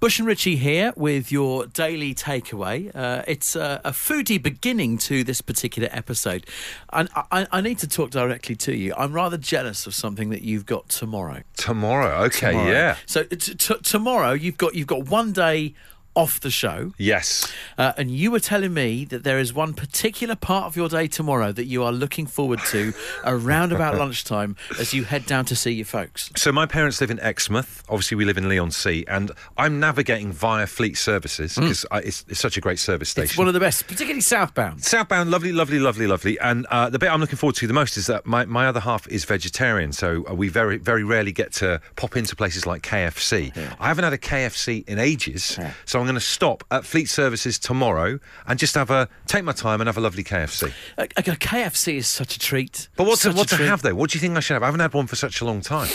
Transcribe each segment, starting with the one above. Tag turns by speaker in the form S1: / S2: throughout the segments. S1: Bush and Richie here with your daily takeaway. Uh, it's a, a foodie beginning to this particular episode. And I, I, I need to talk directly to you. I'm rather jealous of something that you've got tomorrow.
S2: Tomorrow. Okay.
S1: Tomorrow.
S2: Yeah.
S1: So t- t- tomorrow you've got you've got one day off the show,
S2: Yes.
S1: uh, and you were telling me that there is one particular part of your day tomorrow that you are looking forward to around about lunchtime as you head down to see your folks.
S2: So my parents live in Exmouth. Obviously, we live in Leon Sea, and I'm navigating via Fleet Services because it's, it's such a great service station.
S1: Hmm. It's one of the best, particularly southbound.
S2: Southbound, lovely, lovely, lovely, lovely. And uh, the bit I'm looking forward to the most is that my, my other half is vegetarian, so uh, we very very rarely get to pop into places like KFC. I haven't had a KFC in ages, so I'm going to stop at Fleet Services tomorrow and just have a take my time and have a lovely KFC.
S1: A, a KFC is such a treat.
S2: But what to,
S1: Such a
S2: what to
S1: treat.
S2: have though? What do you think I should have? I haven't had one for such a long time.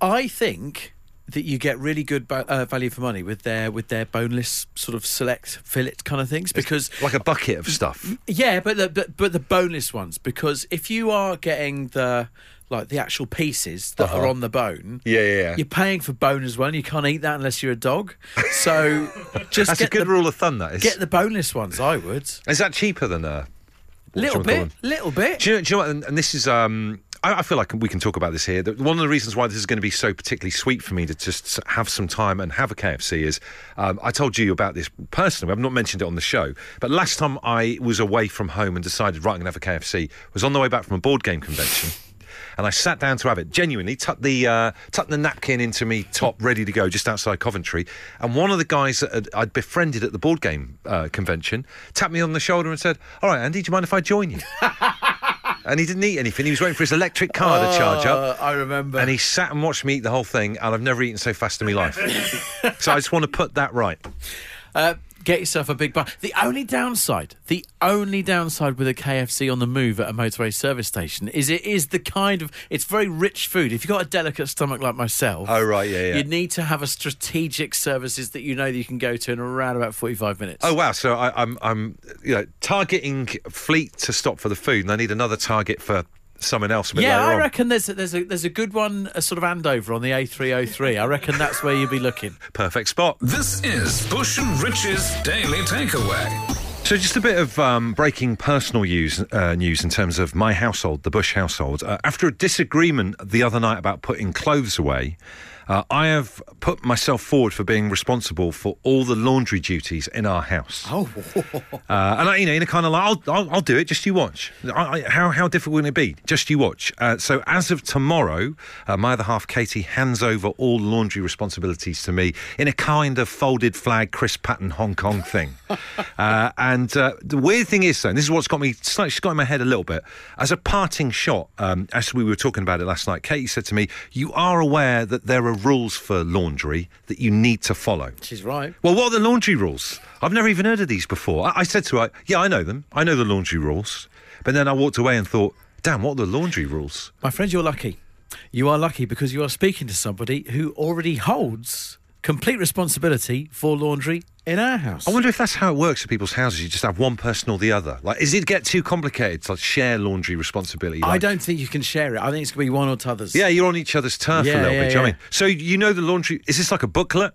S1: I think that you get really good ba- uh, value for money with their with their boneless sort of select fillet kind of things because
S2: Like a bucket of stuff.
S1: yeah, but the but, but the boneless ones because if you are getting the like the actual pieces that are on the bone,
S2: Uh-huh. Yeah, yeah, yeah.
S1: you're paying for bone as well. and You can't eat that unless you're a dog. So just
S2: That's a
S1: get
S2: good
S1: the,
S2: rule of thumb. That is.
S1: get the boneless ones. I would
S2: is that cheaper than a
S1: little bit, little bit.
S2: Do you, know, do you know what? And, and this is. Um, I, I feel like we can talk about this here. that One of the reasons why this is going to be so particularly sweet for me to just s- have some time and have a KFC is um, I told you about this personally. I've not mentioned it on the show, but last time I was away from home and decided, right, I'm going to have a KFC, was on the way back from a board game convention. And I sat down to have it. Genuinely, tucked the uh, tucked the napkin into me top, ready to go, just outside Coventry. And one of the guys that I'd- I'd befriended at the board game uh, convention tapped me on the shoulder and said, "All right, Andy, do you mind if I join you?" and he didn't eat anything. He was waiting for his electric car to charge up.
S1: Uh, I remember.
S2: And he sat and watched me eat the whole thing, and I've never eaten so fast in my life. so I just want to put that right.
S1: Uh, get yourself a big bun. The only downside, the only downside with a KFC on the move at a motorway service station is it is the kind of it's very rich food. If you've got a delicate stomach like myself,
S2: Oh, right, yeah, yeah.
S1: you need to have a strategic services that you know that you can go to in around about forty-five minutes.
S2: Oh wow! So I, I'm I'm you know targeting Fleet to stop for the food, and I need another target for someone else. A bit
S1: yeah,
S2: later
S1: I
S2: on.
S1: reckon there's a, there's a there's a good one, a sort of Andover on the A303. I reckon that's where you'd be looking.
S2: perfect spot.
S3: This is Bush and Rich's Daily Takeaway.
S2: So, just a bit of um, breaking personal news, uh, news in terms of my household, the Bush household. Uh, after a disagreement the other night about putting clothes away, uh, I have put myself forward for being responsible for all the laundry duties in our house. Oh, uh, and I, you know, in a kind of like, I'll, I'll, I'll do it. Just you watch. I, I, how how difficult will it be? Just you watch. Uh, so, as of tomorrow, uh, my other half, Katie, hands over all laundry responsibilities to me in a kind of folded flag, Chris Patton Hong Kong thing. uh, and uh, the weird thing is, though, and this is what's got me slightly just got in my head a little bit. As a parting shot, um, as we were talking about it last night, Katie said to me, "You are aware that there are rules for laundry that you need to follow."
S1: She's right.
S2: Well, what are the laundry rules? I've never even heard of these before. I, I said to her, Yeah, I know them. I know the laundry rules. But then I walked away and thought, Damn, what are the laundry rules?
S1: My friend, you're lucky. You are lucky because you are speaking to somebody who already holds complete responsibility for laundry in our house.
S2: I wonder if that's how it works at people's houses. You just have one person or the other. Like, is it get too complicated to like, share laundry responsibility?
S1: I
S2: Like,
S1: don't think you can share it. I think it's going to be one or t'others.
S2: Yeah, you're on each other's turf
S1: Yeah,
S2: a little
S1: yeah,
S2: bit. do you know what I
S1: yeah.
S2: mean? So you know the laundry. Is this like a booklet,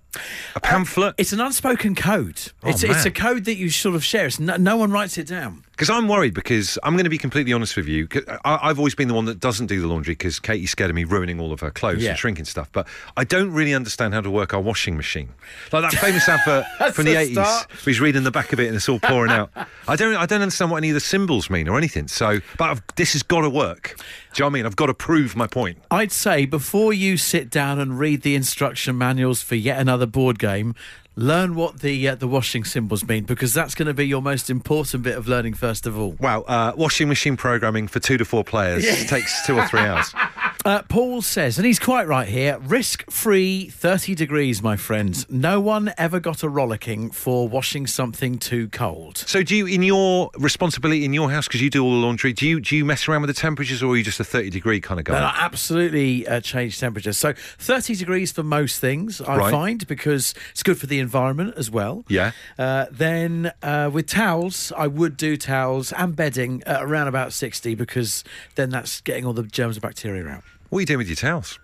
S2: a pamphlet?
S1: It's an unspoken code. it's, it's
S2: Oh, man.
S1: a code that you sort of share. It's no, no one writes it down.
S2: Because I'm worried because I'm going to be completely honest with you. 'cause I, have always been the one that doesn't do the laundry because Katie's scared of me ruining all of her clothes
S1: Yeah.
S2: and shrinking stuff. But I don't really understand how to work our washing machine. Like that famous advert from the
S1: a
S2: 80s,
S1: start.
S2: where he's reading the back of it and it's all pouring out. I don't, I don't understand what any of the symbols mean or anything. So, but I've, this has got to work. Do you know what I mean? I've got to prove my point.
S1: I'd say before you sit down and read the instruction manuals for yet another board game, learn what the uh, the washing symbols mean because that's going to be your most important bit of learning first of all.
S2: Wow, uh, washing machine programming for two to four players takes two or three hours.
S1: Uh, Paul says, and he's quite right here risk free 30 degrees, my friends. No one ever got a rollicking for washing something too cold.
S2: So do you, in your responsibility in your house, because you do all the laundry, do you do you mess around with the temperatures, or are you just a thirty degree kind of guy?
S1: And I absolutely uh, change temperature. So 30 degrees for most things, I
S2: Right.
S1: find, because it's good for the environment as well.
S2: Yeah.
S1: Uh, then uh, with towels, I would do towels and bedding at around about 60 because then that's getting all the germs and bacteria out.
S2: What are you doing with your towels?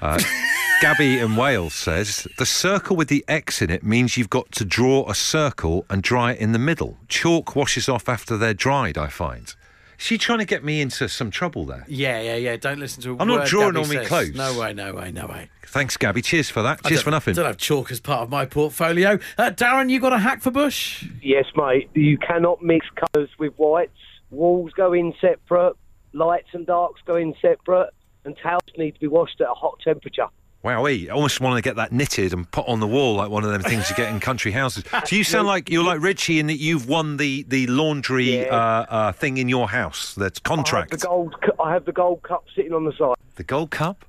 S2: Uh, Gabby in Wales says the circle with the X in it means you've got to draw a circle and dry it in the middle. Chalk washes off after they're dried, I find. Is she trying to get me into some trouble there?
S1: Yeah, yeah, yeah. Don't listen to. A
S2: I'm not
S1: word
S2: drawing
S1: Gabby
S2: on me
S1: says.
S2: clothes.
S1: No way, no way, no way.
S2: Thanks, Gabby. Cheers for that. Cheers
S1: I
S2: for
S1: don't-
S2: nothing.
S1: Don't have chalk as part of my portfolio. Uh, Darren, you got a hack for Bush?
S4: Yes, mate. You cannot mix colours with whites. Walls go in separate. Lights and darks go in separate. And towels need to be washed at a hot temperature.
S2: Wowee. I almost want to get that knitted and put on the wall like one of them things you get in country houses. Do you sound like you're like Richie in that you've won the, the laundry
S4: Yeah.
S2: uh, uh, thing in your house that's
S4: I have
S2: contract?
S4: the gold. cu- I have the gold cup sitting on the side.
S2: The gold cup?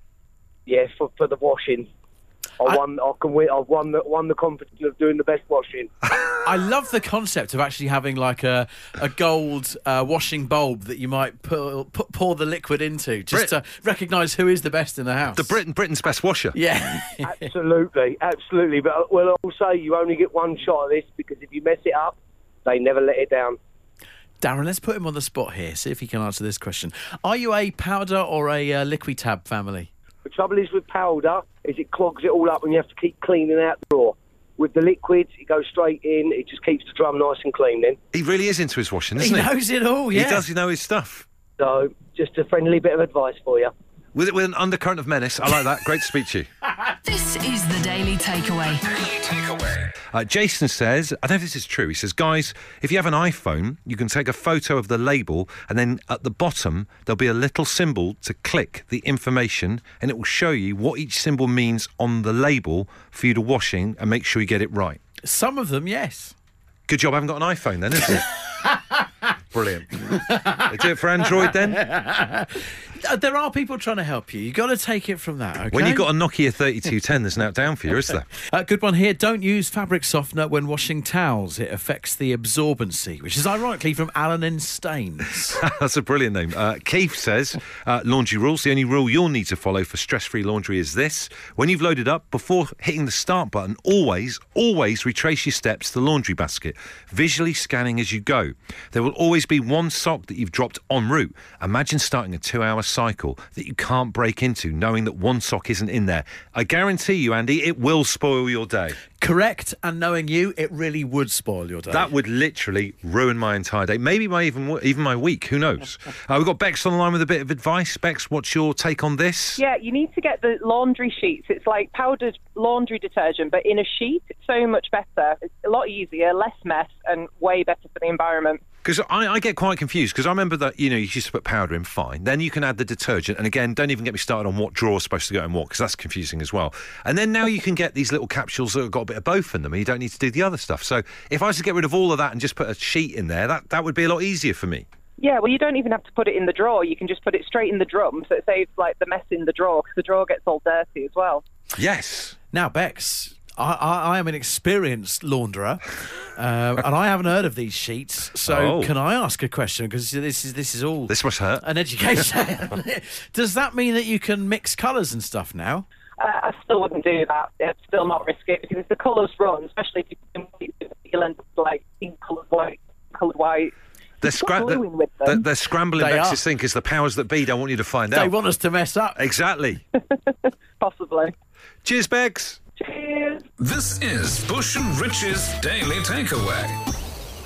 S4: Yeah, for, for the washing. I, won. I can win. I've won the won the competition of doing the best washing.
S1: I love the concept of actually having like a a gold uh, washing bulb that you might pour, put, pour the liquid into just
S2: Brit-
S1: to recognise who is the best in the house.
S2: The Britain Britain's best washer.
S1: Yeah.
S4: absolutely, absolutely. But uh, well, I'll say you only get one shot of this because if you mess it up, they never let it down.
S1: Darren, let's put him on the spot here. See if he can answer this question. Are you a powder or a uh, liquid tab family?
S4: The trouble is with powder is it clogs it all up and you have to keep cleaning out the drawer. With the liquid, it goes straight in. It just keeps the drum nice and clean then.
S2: He really is into his washing,
S1: He
S2: isn't he?
S1: knows it all. Yeah.
S2: He does know his stuff.
S4: So just a friendly bit of advice for you.
S2: With, with an undercurrent of menace. I like that. Great to speak to you.
S5: This is the Daily Takeaway.
S3: Daily Takeaway.
S2: Uh, Jason says, I don't know if this is true. He says, guys, if you have an iPhone, you can take a photo of the label, and then at the bottom, there'll be a little symbol to click the information, and it will show you what each symbol means on the label for you to washing and make sure you get it right.
S1: Some of them, yes.
S2: Good job I haven't got an iPhone then, isn't it? Brilliant. they do it for Android then?
S1: Uh, There are people trying to help you. you got to take it from that, okay?
S2: When you've got a Nokia 3210, there's no down for you, is there?
S1: Uh, good one here. Don't use fabric softener when washing towels. It affects the absorbency, which is ironically from Alan in Staines.
S2: That's a brilliant name. Uh, Keith says, uh, laundry rules. The only rule you'll need to follow for stress free laundry is this. When you've loaded up, before hitting the start button, always, always retrace your steps to the laundry basket, visually scanning as you go. There will always be one sock that you've dropped en route. Imagine starting a two hour cycle that you can't break into, knowing that one sock isn't in there. I guarantee you, Andy, it will spoil your day.
S1: Correct, and knowing you, it really would spoil your day.
S2: That would literally ruin my entire day. Maybe my even even my week. Who knows? Uh, we've got Bex on the line with a bit of advice. Bex, what's your take on this?
S6: Yeah, you need to get the laundry sheets. It's like powdered laundry detergent, but in a sheet. It's so much better. It's a lot easier, less mess, and way better for the environment.
S2: Because I, I get quite confused because I remember that you know you used to put powder in, fine. Then you can add the detergent, and again, don't even get me started on what drawer's supposed to go in what because that's confusing as well. And then now you can get these little capsules that have got a bit of both in them, and you don't need to do the other stuff. So if I was to get rid of all of that and just put a sheet in there, that that would be a lot easier for me.
S6: Yeah, well, you don't even have to put it in the drawer. You can just put it straight in the drum, so it saves like the mess in the drawer because the drawer gets all dirty as well.
S2: Yes.
S1: Now, Bex, I, I, I am an experienced launderer, um, and I haven't heard of these sheets. So,
S2: Oh.
S1: can I ask a question? Because this is this is all
S2: This must
S6: Uh,
S2: hurt.
S1: an education. Does that mean that you can mix colours and stuff now?
S6: Uh, I still wouldn't do that. I'd still not risk it because if the colours run, especially if you can you'll end up like pink coloured white, coloured white.
S2: They're,
S6: Stop
S2: scra-
S6: gluing with
S2: they're, they're,
S6: them.
S2: they're scrambling
S1: They
S2: Bex's
S1: are.
S2: thing because the powers that be don't want you to find
S1: They
S2: out.
S1: want us to mess up.
S2: Exactly.
S6: Possibly.
S2: Cheers, Bex.
S6: Cheers.
S3: This is Bush and Rich's Daily Takeaway.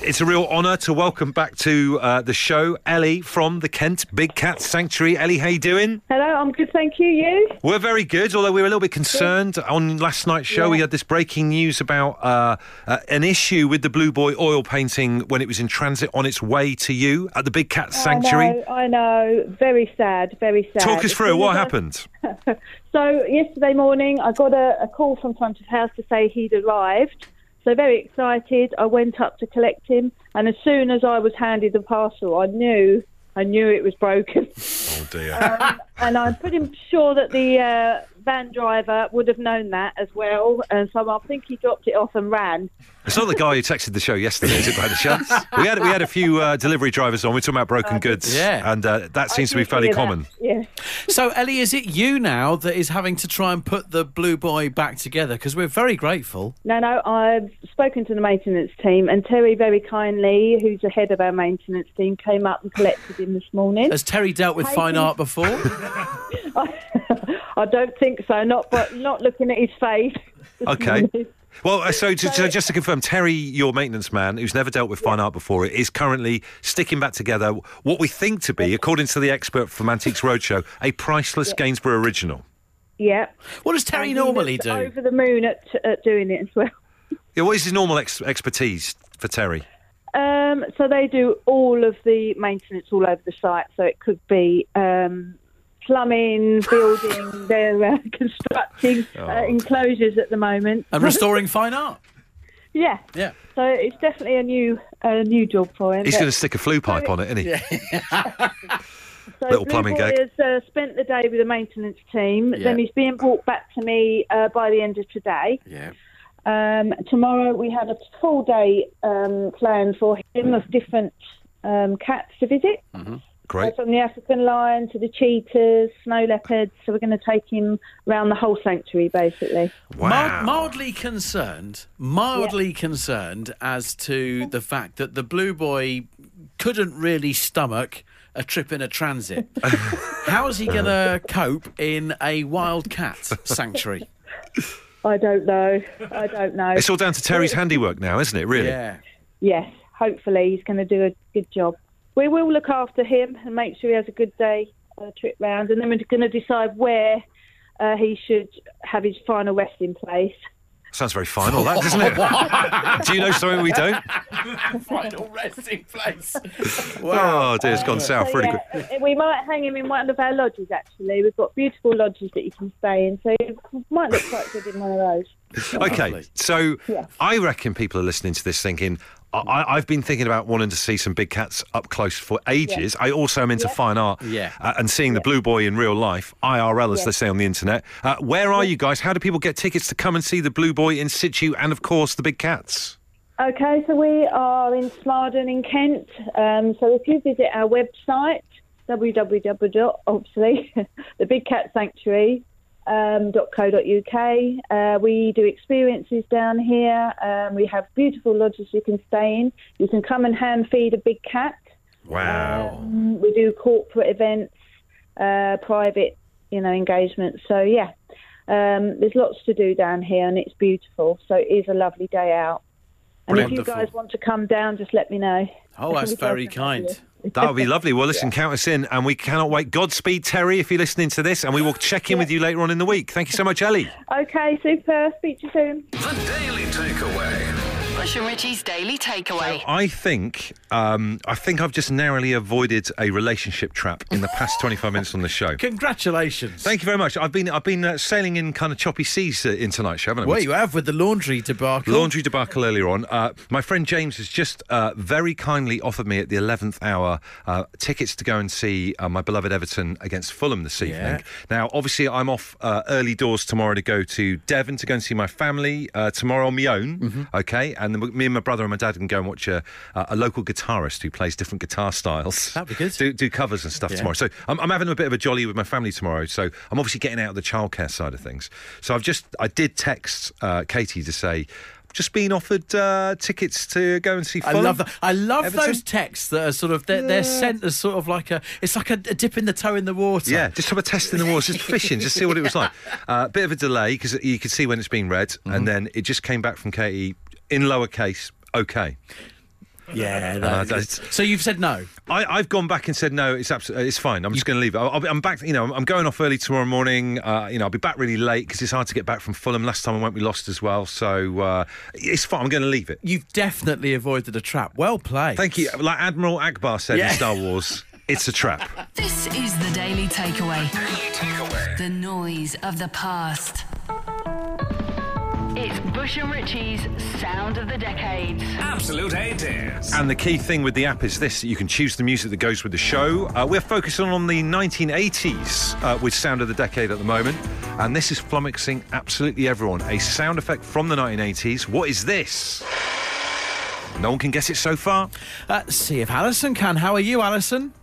S2: It's a real honour to welcome back to uh, the show Ellie from the Kent Big Cat Sanctuary. Ellie, how you doing?
S7: Hello, I'm good, thank you. You?
S2: We're very good, although we were a little bit concerned on last night's show. We had this breaking news about uh, uh, an issue with the Blue Boy oil painting when it was in transit on its way to you at the Big Cat Sanctuary.
S7: I know, I know. Very sad, very sad.
S2: Talk us
S7: As
S2: through
S7: soon
S2: what
S7: as I-
S2: happened.
S7: So, yesterday morning, I got a, a call from Thompson's house to say he'd arrived. So, very excited. I went up to collect him, and as soon as I was handed the parcel, I knew. I knew it was broken, Um,
S2: Oh dear.
S7: and I'm pretty sure that the uh, van driver would have known that as well. And so I think he dropped it off and ran.
S2: It's not the guy who texted the show yesterday, is it? By the chance, we had we had a few uh, delivery drivers on. We're talking about broken goods,
S1: yeah.
S2: and uh, that seems to be
S7: Did
S2: fairly
S7: hear that.
S2: common.
S7: Yeah.
S1: So, Ellie, is it you now that is having to try and put the blue boy back together? Because we're very grateful.
S7: No, no, I've spoken to the maintenance team, and Terry very kindly, who's the head of our maintenance team, came up and collected him this morning.
S1: Has Terry dealt with fine art before?
S7: I I don't think so. Not but not looking at his face.
S2: Okay. Well, uh, so, to, so just to confirm, Terry, your maintenance man, who's never dealt with fine art before, is currently sticking back together what we think to be, according to the expert from Antiques Roadshow, a priceless Gainsborough original.
S7: yeah.
S1: What does Terry normally
S7: He's
S1: do?
S7: Over the moon at, at doing it as well.
S2: Yeah, what is his normal ex- expertise for Terry?
S7: Um, so they do all of the maintenance all over the site. So it could be um, plumbing, building. they're uh, constructing
S1: Oh.
S7: uh, enclosures at the moment.
S1: And restoring fine art.
S7: yeah.
S1: Yeah.
S7: So it's definitely a new a new job for him.
S2: He's
S7: But-
S2: going to stick a flu pipe on it, isn't he?
S7: So
S2: Little
S7: Blue
S2: plumbing
S7: Boy
S2: gag.
S7: has uh, spent the day with the maintenance team.
S1: Yeah.
S7: Then he's being brought back to me uh, by the end of today.
S1: Yeah.
S7: Um, tomorrow we have a full day um, planned for him of different um, cats to visit.
S2: Great.
S7: So from the African lion to the cheetahs, snow leopards. So we're going to take him round the whole sanctuary, basically.
S1: Mild,
S2: Wow.
S1: mildly concerned, mildly concerned as to the fact that the blue boy couldn't really stomach a trip in a transit. How is he going to cope in a wildcat sanctuary?
S7: I don't know. I don't know.
S2: It's all down to Terry's handiwork now, isn't it, really?
S1: Yeah.
S7: yes, hopefully he's going to do a good job. We will look after him and make sure he has a good day uh, trip round, and then we're going to decide where uh, he should have his final resting place.
S2: Sounds very fine, all that, doesn't it? Do you know something we don't?
S1: Final resting place.
S2: Oh, dear, it's gone south really quick.
S7: yeah, uh, we might hang him in one of our lodges. Actually, we've got beautiful lodges that you can stay in, so it might look quite good in one of those.
S2: Okay,
S1: Lovely.
S2: so
S7: Yeah.
S2: I reckon people are listening to this thinking, I, I- I've been thinking about wanting to see some big cats up close for ages. I also am into fine art
S1: Yeah.
S2: uh, and seeing the blue boy in real life, IRL, as they say on the internet. Uh, where are you guys? How do people get tickets to come and see the blue boy in situ and, of course, the big cats?
S7: Okay, so we are in Slarden in Kent. Um, so if you visit our website, www. obviously the Big Cat Sanctuary. Um, .co.uk. Uh, we do experiences down here. Um, we have beautiful lodges you can stay in. You can come and hand feed a big cat.
S2: Wow.
S7: Um, we do corporate events, uh, private, you know, engagements. So yeah, um, there's lots to do down here, and it's beautiful. So it is a lovely day out. And if
S1: Wonderful.
S7: you guys want to come down, just let me know.
S1: Oh, that's very
S7: We'd love to have
S1: kind.
S7: you.
S2: That would be lovely. Well, listen, count us in, and we cannot wait. Godspeed, Terry, if you're listening to this, and we will check in with you later on in the week. Thank you so much, Ellie.
S7: Okay, super. Speak to you soon.
S3: The Daily Takeaway.
S5: Bush and Richie's Daily Takeaway.
S2: I think um, I think I've just narrowly avoided a relationship trap in the past 25 minutes on the show.
S1: Congratulations.
S2: Thank you very much. I've been I've been uh, sailing in kind of choppy seas uh, in tonight's show, haven't I?
S1: Well, you have with the laundry debacle.
S2: Laundry debacle earlier on. Uh, my friend James has just uh, very kindly offered me at the 11th hour uh, tickets to go and see uh, my beloved Everton against Fulham this evening.
S1: Yeah.
S2: Now, obviously, I'm off uh, early doors tomorrow to go to Devon to go and see my family. Uh, tomorrow on my own,
S1: Mm-hmm.
S2: okay? And then me and my brother and my dad can go and watch a, uh, a local guitarist who plays different guitar styles.
S1: That'd be good.
S2: Do, do covers and stuff tomorrow. So I'm, I'm having a bit of a jolly with my family tomorrow. So I'm obviously getting out of the childcare side of things. So I've just I did text uh, Katie to say "I've just been offered uh, tickets to go and see.
S1: I
S2: Fulham."
S1: love that. I love
S2: Everton.
S1: those texts that are sort of they're, they're sent as sort of like a it's like a, a dip in the toe in the water.
S2: Yeah, just have a test in the waters, just fishing, just see what it was like. A uh, bit of a delay because you could see when it's been read,
S1: Mm-hmm.
S2: and then it just came back from Katie in lowercase. Okay,
S1: yeah. that-
S2: Ah, that's-
S1: so you've said no.
S2: I, I've gone back and said no. It's absolutely, it's fine. I'm just going to leave. I'll, I'll be, I'm back. You know, I'm- I'm going off early tomorrow morning. Uh, you know, I'll be back really late because it's hard to get back from Fulham. Last time I went, we lost as well. So uh, it's fine. I'm going to leave it.
S1: You've definitely avoided a trap. Well played.
S2: Thank you. Like Admiral Akbar said
S1: Yeah.
S2: in Star Wars, it's a trap.
S5: This is the Daily Takeaway.
S3: Daily Takeaway.
S5: The noise of the past. It's Bush and Richie's Sound of the Decades.
S3: Absolute A dares.
S2: And the key thing with the app is this: that you can choose the music that goes with the show. Uh, we're focusing on the 1980s uh, with Sound of the Decade at the moment, and this is flummoxing absolutely everyone. A sound effect from the 1980s. What is this? No one can guess it so far.
S1: Uh, see if Alison can. How are you, Alison?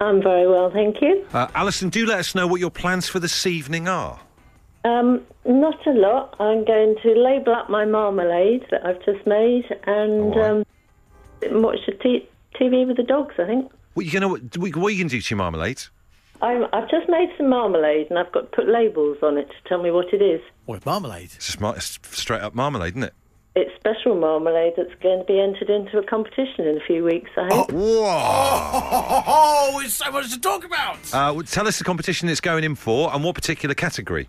S8: I'm very well, thank you.
S2: Uh, Alison, do let us know what your plans for this evening are.
S8: Um, not a lot. I'm going to label up my marmalade that I've just made and
S2: All right.
S8: um, sit and watch the t- TV with the dogs, I think.
S2: What are you going to what are you going to do to your marmalade?
S8: I'm, I've just made some marmalade and I've got to put labels on it to tell me what it is.
S1: With marmalade.
S2: It's just mar- it's straight up marmalade, isn't it?
S8: It's special marmalade that's going to be entered into a competition in a few weeks, I hope.
S1: Oh, it's so much to talk about.
S2: Uh, well, tell us the competition it's going in for and what particular category.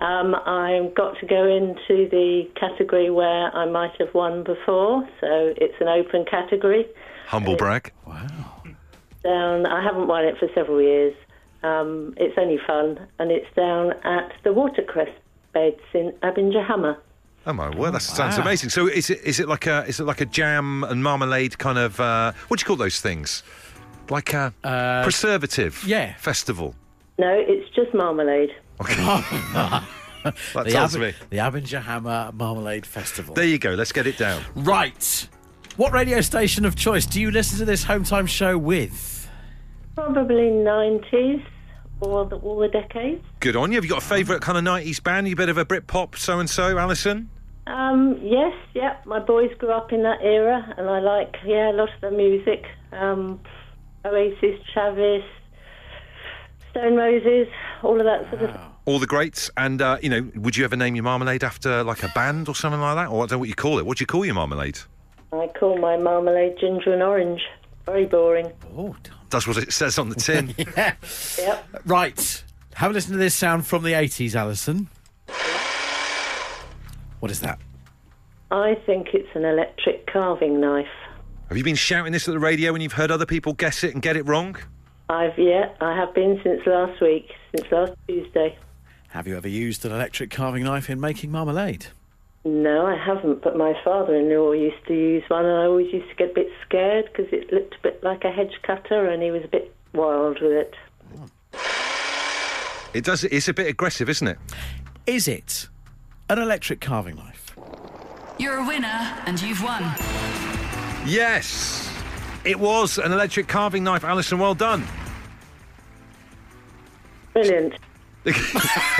S2: Oh.
S8: Um, I've got to go into the category where I might have won before, so it's an open category.
S2: Humble brag.
S8: Down, I haven't won it for several years. Um, it's only fun, and it's down at the watercress beds in Abinjahammer.
S2: Oh my word, that sounds amazing. So is it is it like a is it like a jam and marmalade kind of uh, what do you call those things? Like a preservative
S1: yeah.
S2: festival.
S8: No, it's just marmalade.
S2: That
S1: the
S2: tells
S1: Ab-
S2: me.
S1: the Abinjahama Marmalade Festival.
S2: There you go. Let's get it down.
S1: right. What radio station of choice do you listen to this home time show with?
S8: Probably 90s or the, all the decades.
S2: Good on you. Have you got a favourite kind of nineties band? You a bit of a Britpop so and so, Alison?
S8: Um, yes, yep. My boys grew up in that era, and I like yeah a lot of the music. Um, Oasis, Travis, Stone Roses, all of that sort of.
S2: All the greats. And uh, you know, would you ever name your marmalade after like a band or something like that? Or I don't know what you call it. What do you call your marmalade?
S8: I call my marmalade ginger and orange. Very boring.
S1: Oh, damn.
S2: That's what it says on the tin.
S8: Yep.
S1: right. Have a listen to this sound from the 80s, Alison. What is that?
S8: I think it's an electric carving knife.
S2: Have you been shouting this at the radio when you've heard other people guess it and get it wrong?
S8: I've yeah, I have been since last week, since last Tuesday.
S1: Have you ever used an electric carving knife in making marmalade?
S8: No, I haven't. But my father-in-law used to use one, and I always used to get a bit scared because it looked a bit like a hedge cutter, and he was a bit wild with it.
S2: It does. It's a bit aggressive, isn't it?
S1: Is it an electric carving knife?
S5: You're a winner and you've won.
S2: Yes, it was an electric carving knife, Alison. Well done.
S8: Brilliant.
S2: well,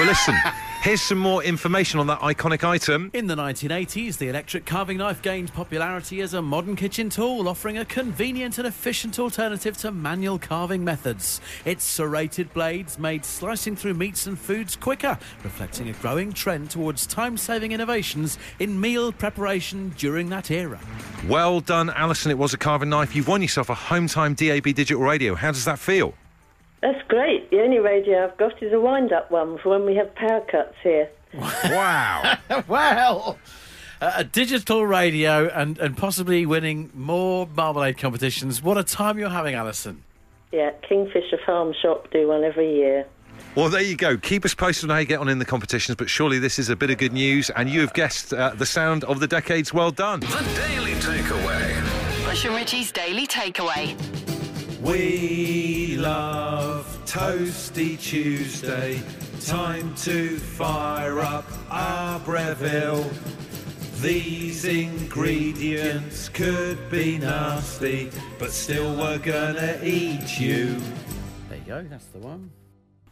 S2: listen. Here's some more information on that iconic item.
S1: In the 1980s, the electric carving knife gained popularity as a modern kitchen tool, offering a convenient and efficient alternative to manual carving methods. Its serrated blades made slicing through meats and foods quicker, reflecting a growing trend towards time saving innovations in meal preparation during that era.
S2: Well done, Alison. It was a carving knife. You've won yourself a home time DAB digital radio. How does that feel?
S8: That's great. The only radio I've got is a wind-up one for when we have power cuts here.
S2: Wow.
S1: well, a a digital radio and, and possibly winning more marmalade competitions. What a time you're having, Alison.
S8: Yeah, Kingfisher Farm Shop do one every year.
S2: well, there you go. Keep us posted on how you get on in the competitions, but surely this is a bit of good news. And you have guessed uh, the sound of the decades. Well done.
S3: The Daily Takeaway.
S5: Bush and Richie's Daily Takeaway.
S2: We love Toasty Tuesday. Time to fire up our Breville. These ingredients could be nasty, but still we're gonna eat you.
S1: There you go, that's the one.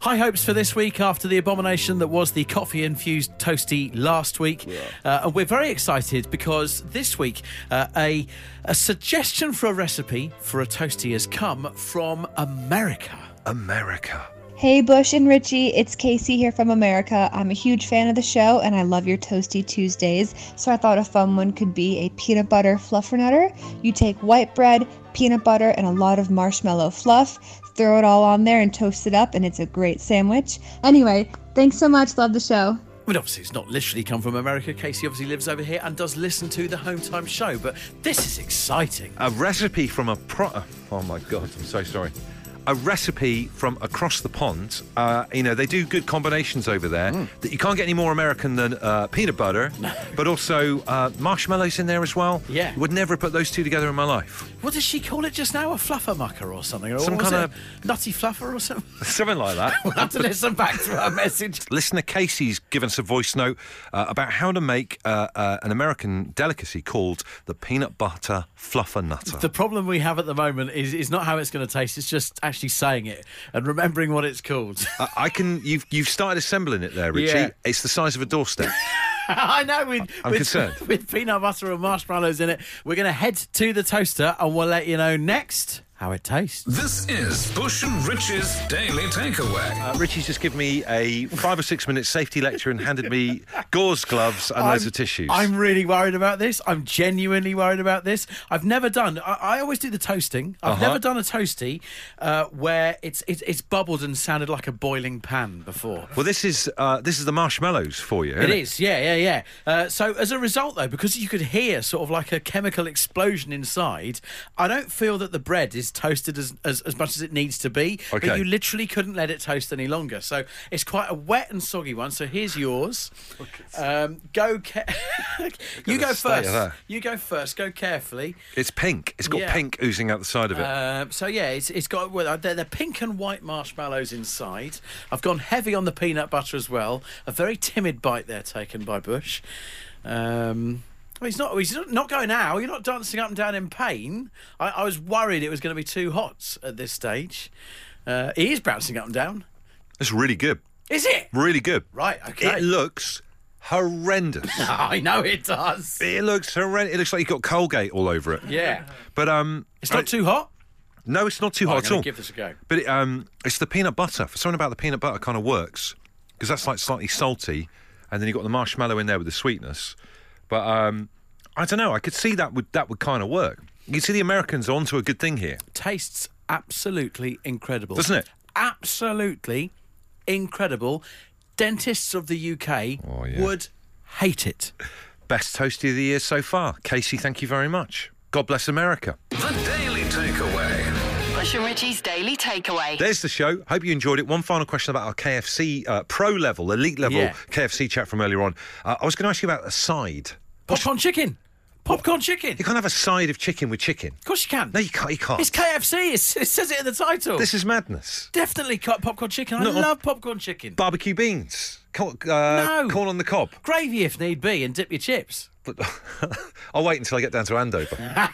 S1: High hopes for this week after the abomination that was the coffee infused toasty last week. Uh, and we're very excited because this week uh, a, a suggestion for a recipe for a toasty has come from America.
S2: America.
S9: Hey, Bush and Richie, it's Casey here from America. I'm a huge fan of the show and I love your Toasty Tuesdays, so I thought a fun one could be a peanut butter fluffernutter. You take white bread, peanut butter, and a lot of marshmallow fluff, throw it all on there and toast it up, and it's a great sandwich. Anyway, thanks so much. Love the show.
S1: I mean, obviously, it's not literally come from America. Casey obviously lives over here and does listen to the Home Time show, but this is exciting.
S2: A recipe from a pro. Oh my god, I'm so sorry. A recipe from across the pond. Uh, you know, they do good combinations over there
S1: Hmm.
S2: that you can't get any more American than uh, peanut butter, but also uh, marshmallows in there as well.
S1: Yeah.
S2: Would never have put those two together in my life.
S1: What does she call it just now? A fluffer mucker or something? Or
S2: Some
S1: what was
S2: kind
S1: it? nutty fluffer or something?
S2: Something like that.
S1: We'll have to listen back to her message.
S2: Listener Casey's given us a voice note uh, about how to make uh, uh, an American delicacy called the peanut butter fluffer nutter.
S1: The problem we have at the moment is, is not how it's going to taste, it's just actually saying it and remembering what it's called.
S2: I- Uh, I can. You've you've started assembling it there, Richie.
S1: Yeah.
S2: It's the size of a doorstep.
S1: I know, with,
S2: I'm
S1: with,
S2: concerned.
S1: with peanut butter and marshmallows in it. We're going to head to the toaster and we'll let you know next how it tastes.
S3: This is Bush and Rich's Daily Takeaway.
S2: Uh, Richie's just given me a five or six minute safety lecture and handed me gauze gloves and loads
S1: I'm-
S2: of tissues.
S1: I'm really worried about this. I'm genuinely worried about this. I've never done. I, I always do the toasting. I've
S2: Uh-huh.
S1: never done a toasty uh, where it's, it's it's bubbled and sounded like a boiling pan before.
S2: well, this is uh, this is the marshmallows for you.
S1: It
S2: isn't
S1: is, yeah, yeah, yeah. Uh, so as a result, though, because you could hear sort of like a chemical explosion inside, I don't feel that the bread is toasted as as, as much as it needs to be.
S2: Okay.
S1: But you literally couldn't let it toast any longer, so it's quite a wet and soggy one. So here's yours. Um, go, ca- you go
S2: stay
S1: first.
S2: there.
S1: You go first. Go carefully.
S2: It's pink. It's got
S1: Yeah.
S2: pink oozing out the side of it.
S1: Uh, so yeah, it's, it's got well, they're, they're pink and white marshmallows inside. I've gone heavy on the peanut butter as well. A very timid bite there taken by Bush. Um, well, he's not he's not- not going out. You're not dancing up and down in pain. I, I was worried it was going to be too hot at this stage. Uh, he is bouncing up and down.
S2: it's really good.
S1: Is it?
S2: Really good.
S1: Right, okay.
S2: It looks horrendous.
S1: I know it does.
S2: it looks horrendous. It looks like you've got Colgate all over it.
S1: Yeah.
S2: But um,
S1: It's not too hot.
S2: no, it's not too
S1: I'm
S2: hot at
S1: gonna
S2: all.
S1: give this a go.
S2: But it, um, it's the peanut butter. For something about the peanut butter kind of works because that's like slightly salty, and then you have got the marshmallow in there with the sweetness. But um, I don't know. I could see that would that would kind of work. You can see the Americans are onto a good thing here.
S1: tastes absolutely incredible.
S2: Doesn't it?
S1: Absolutely incredible. Dentists of the UK
S2: Oh, yeah.
S1: would hate it.
S2: Best toasty of the year so far, Casey. Thank you very much. God bless America.
S3: The Daily Takeaway.
S5: Bush and Richie's Daily Takeaway.
S2: There's the show. Hope you enjoyed it. One final question about our KFC uh, pro level, elite level
S1: Yeah.
S2: KFC chat from earlier on. Uh, I was going to ask you about a side.
S1: Popcorn chicken. Popcorn chicken.
S2: You
S1: Of
S2: can't have a side of chicken with chicken.
S1: course you can.
S2: No, you can't. You can't.
S1: It's KFC. It's, it says it in the title.
S2: this is madness.
S1: Definitely co- popcorn chicken. I
S2: No.
S1: love popcorn chicken.
S2: barbecue beans, corn, uh,
S1: No.
S2: corn on the cob.
S1: Gravy if need be and dip your chips.
S2: But I'll wait until I get down to Andover.